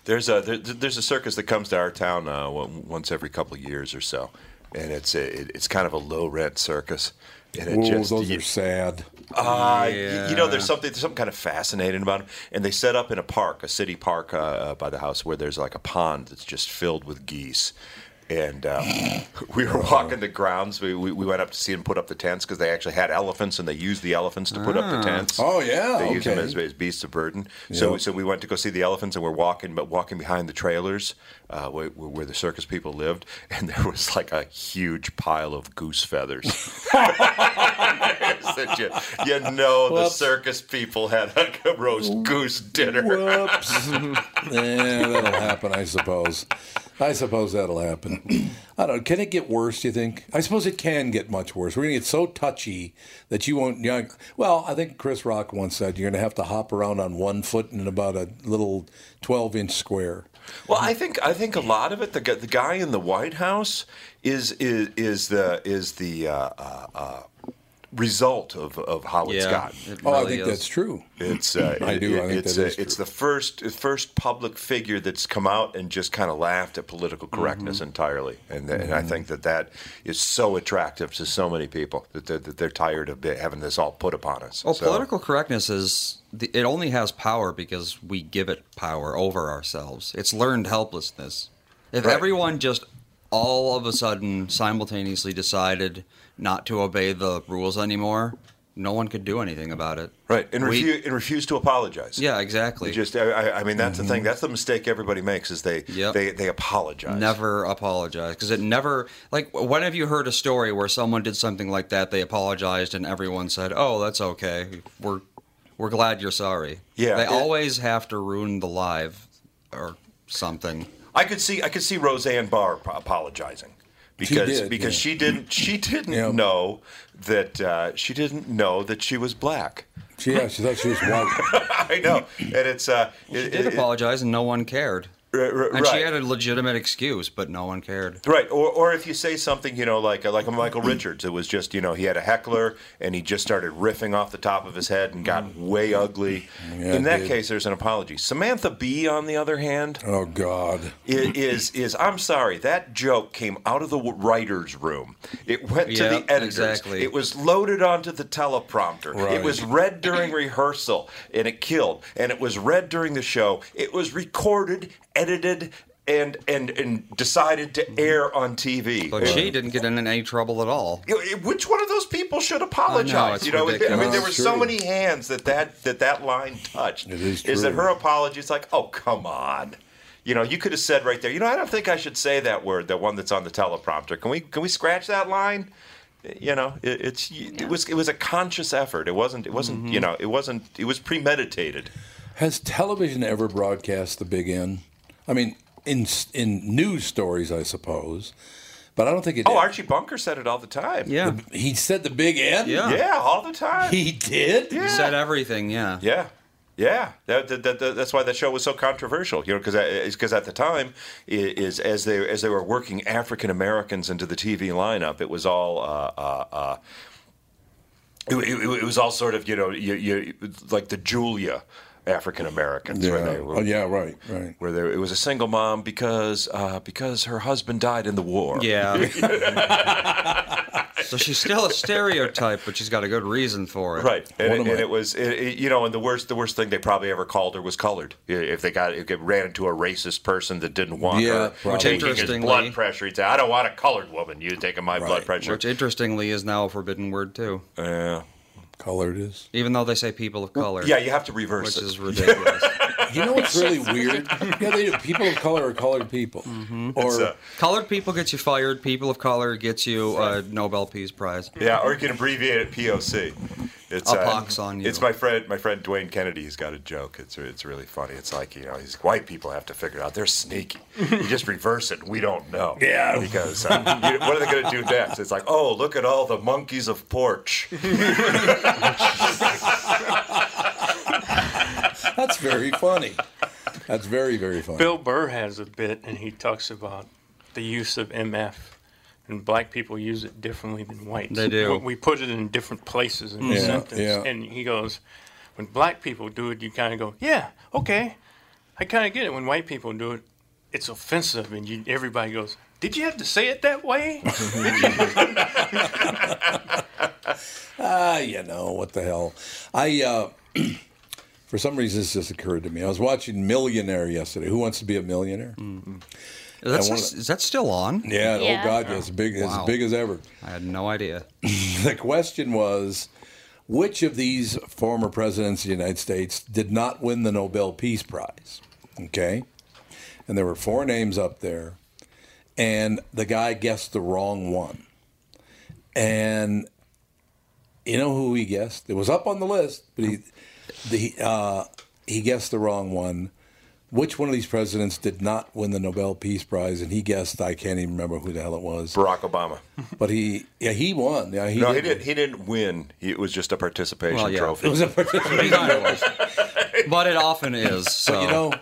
B: There's a there, there's a circus that comes to our town uh, on- once every couple of years or so, and it's a, it, it's kind of a low rent circus, and it
A: Whoa,
B: just
A: those are sad.
B: Uh, y- You know, there's
A: Yeah.
B: something, there's something kind of fascinating about them. And they set up in a park, a city park uh, uh, by the house, where there's like a pond that's just filled with geese. And uh, we were walking the grounds. We, we, we went up to see them put up the tents because they actually had elephants and they used the elephants to put up
A: Ah.
B: the tents.
A: Oh, yeah,
B: they used them
A: okay.
B: as, as beasts of burden. So
A: Yeah.
B: so we went to go see the elephants and we're walking, but walking behind the trailers uh, where, where the circus people lived, and there was like a huge pile of goose feathers. that you, you know the
A: Whoops.
B: circus people had a roast goose dinner.
A: Whoops. yeah, that'll happen, I suppose. I suppose that'll happen. I don't. Can it get worse? Do you think? I suppose it can get much worse. We're going to get so touchy that you won't. You know, well, I think Chris Rock once said you're going to have to hop around on one foot in about a little twelve-inch square.
B: Well, I think I think a lot of it. The, gu- the guy in the White House is is, is the is the uh, uh, uh, result of, of how it's
A: Yeah,
B: gotten.
A: it Oh, I really think is. that's true.
B: It's uh,
A: I do, I think
B: it's,
A: that
B: uh,
A: is
B: It's the first first public figure that's come out and just kind of laughed at political
A: Mm-hmm.
B: correctness entirely, and th- and I think that that is so attractive to so many people that they're, that they're tired of it- having this all put upon us.
C: Well,
B: So-
C: Oh, political correctness is the, it only has power because we give it power over ourselves. It's learned helplessness. If
B: Right.
C: everyone just all of a sudden simultaneously decided not to obey the rules anymore, no one could do anything about it.
B: Right, and,
C: We-
B: refu- and refuse to apologize.
C: Yeah, exactly.
B: You just, I, I- I mean, that's the
A: Mm-hmm.
B: thing. That's the mistake everybody makes is they they they apologize.
C: Never apologize because it never like when have you heard a story where someone did something like that? They apologized and everyone said, "Oh, that's okay. We're we're glad you're sorry."
B: Yeah,
C: they
B: it-
C: always have to ruin the live or something.
B: I could see I could see Roseanne Barr ap- apologizing
C: She
B: because
C: did,
B: because
C: yeah.
B: she didn't she didn't
C: Yeah.
B: know that uh, she didn't know that she was black.
A: She, yeah, she thought she was white.
B: I know, and it's uh,
C: She did apologize and no one cared.
B: r-
C: and she
B: right.
C: had a legitimate excuse, but no one cared.
B: Right, or, or if you say something, you know, like uh, like a Michael Richards, it was just you know he had a heckler and he just started riffing off the top of his head and got way ugly.
A: Yeah,
B: In that
A: dude.
B: case, there's an apology. Samantha Bee, on the other hand,
A: oh God,
B: is is, is I'm sorry that joke came out of the w- writers' room. It went to
C: Yep,
B: the editors.
C: exactly.
B: It was loaded onto the teleprompter.
C: Right.
B: It was read during rehearsal and it killed. And it was read during the show. It was recorded, edited. And, and and decided to air on TV.
C: But she didn't get in any trouble at all.
B: You know, Which one of those people should apologize?
C: it's
B: you know, I mean,
C: ridiculous.
B: there
C: No,
B: were
C: it's
B: so
C: true.
B: many hands that that that, that line touched. It
A: is
B: Is that
A: true.
B: her apology? It's like, oh come on. You know, you could have said right there. You know, I don't think I should say that word, the one that's on the teleprompter. Can we can we scratch that line? You know, it, it's it was it was a conscious effort. It wasn't it wasn't you know it wasn't it was premeditated.
A: Has television ever broadcast the Big N? I mean, in in news stories, I suppose, but I don't think it.
B: Oh, Archie Bunker said it all the time.
A: The- he said the Big N.
B: yeah, all the time.
A: He did.
B: Yeah.
C: He said everything. Yeah.
B: Yeah. Yeah, that, that, that, that- that's why that show was so controversial, you know, because at the time i- is as they as they were working African Americans into the TV lineup, it was all. Uh, uh, uh, it, it, it was all sort of you know you, you, like the Julia African Americans. where
A: Yeah.
B: they were-
A: Oh, yeah, right, right.
B: Where there it was a single mom because uh, because her husband died in the war.
C: Yeah. So she's still a stereotype, but she's got a good reason for it.
B: Right, and, it, and it was it, it- you know, and the worst the worst thing they probably ever called her was colored. Yeah, If they got if it ran into a racist person that didn't want
C: Yeah,
B: her,
C: probably. Which
B: taking his
C: interestingly-
B: blood pressure, he'd say, "I don't want a colored woman. You taking my blood pressure."
C: Which, interestingly, is now a forbidden word, too.
A: Uh.
B: Yeah.
A: Colored is.
C: Even though they say people of color.
B: yeah, you have to reverse
C: which
B: it.
C: is ridiculous.
A: You know what's really weird? Yeah, they do. People of color are colored people. Or
C: It's, uh, colored people get you fired. People of color gets you a Nobel Peace Prize.
B: Yeah, or you can abbreviate it POC. It's uh,
C: A pox on you.
B: It's my friend, my friend Dwayne Kennedy. He's got a joke. It's it's really funny. It's like you know, he's white people have to figure it out. They're sneaky. You just reverse it. We don't know.
M: Yeah.
B: Because uh, you- what are they going to do next? It's like, oh, look at all the monkeys of porch.
A: That's very funny. That's very, very funny.
F: Bill Burr has a bit, and he talks about the use of MF, and black people use it differently than whites.
C: They do.
F: We, we put it in different places in
C: Yeah,
F: the sentence,
C: yeah.
F: and he goes, "When black people do it, you kind of go, yeah, okay, I kind of get it. When white people do it, it's offensive, and you, everybody goes." Did you have to say it that way?
A: Ah, you know what the hell? I uh, for some reason this just occurred to me. I was watching Millionaire yesterday. Who wants to be a millionaire?
C: That's
A: And one
C: just-
A: of
C: is that still on?
A: the- yeah, Oh God, yes, big
C: Wow.
A: as big as ever.
C: I had no idea.
A: the question was, which of these former presidents of the United States did not win the Nobel Peace Prize? Okay, and there were four names up there, and the guy guessed the wrong one, and you know who he guessed? It was up on the list, but he the uh, he guessed the wrong one. Which one of these presidents did not win the Nobel Peace Prize? And he guessed I can't even remember who the hell it was.
B: Barack Obama.
A: But he yeah he won. Yeah, he
B: no,
A: did.
B: he didn't. He didn't win. He, it was just a participation
A: Well, yeah.
B: trophy.
A: It was a
C: But it often is. So.
A: But you know,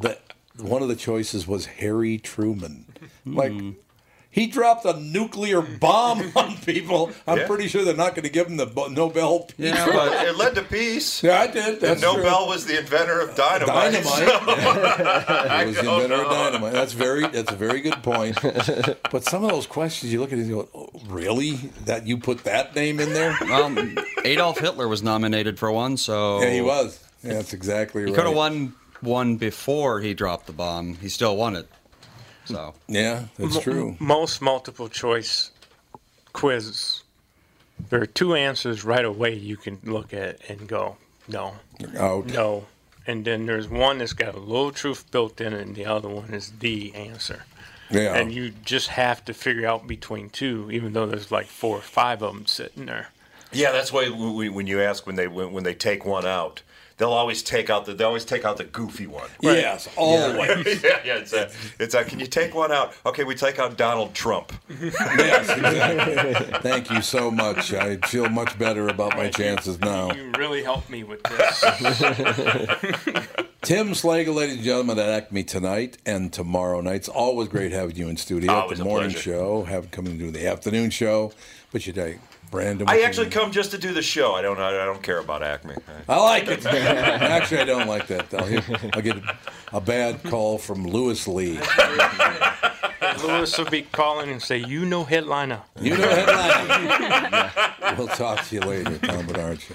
A: the, one of the choices was Harry Truman. Like he dropped a nuclear bomb on people. I'm
B: Yeah.
A: pretty sure they're not going to give him the Bo- Nobel Peace
B: Yeah,
A: Prize.
B: but it led to peace.
A: Yeah, I did.
B: And
A: That's
B: Nobel
A: true.
B: was the inventor of dynamite.
A: It
B: Dynamite.
A: was the inventor of dynamite. That's very that's a very good point. But some of those questions you look at it and you go, oh, "Really? That you put that name in there?"
C: Um, Adolf Hitler was nominated for one, so
A: Yeah, he was. Yeah, that's exactly
C: He
A: right.
C: could have won one before he dropped the bomb. He still won it. So
A: Yeah,
F: Mo- Most multiple choice quizzes, there are two answers right away you can look at and go, no,
A: Out.
F: no. And then there's one that's got a little truth built in it, and the other one is the answer.
A: Yeah.
F: And you just have to figure out between two, even though there's like four or five of them sitting there.
B: Yeah, that's why w- w- when you ask when they when, when they take one out, they'll always take out the they always take out the goofy one.
A: Right. Yes, always.
B: yeah, yeah. It's a, it's a, can you take one out? Okay, we take out Donald Trump.
A: yes, exactly. Thank you so much. I feel much better about my chances now.
F: You really helped me with this.
A: Tim Slagle, ladies and gentlemen, at Acme tonight and tomorrow night. It's always great having you in studio.
B: Always
A: the
B: a
A: morning
B: pleasure.
A: show, have coming to do the afternoon show. But you take Brandon.
B: I
A: what you
B: actually
A: do?
B: come just to do the show. I don't I, I don't care about Acme.
A: I like it. actually, I don't like that. I'll, hear, I'll get a bad call from Lewis Lee.
F: Lewis will be calling and say, You know headliner.
A: You know headliner. we'll talk to you later, Tom Bernard Show.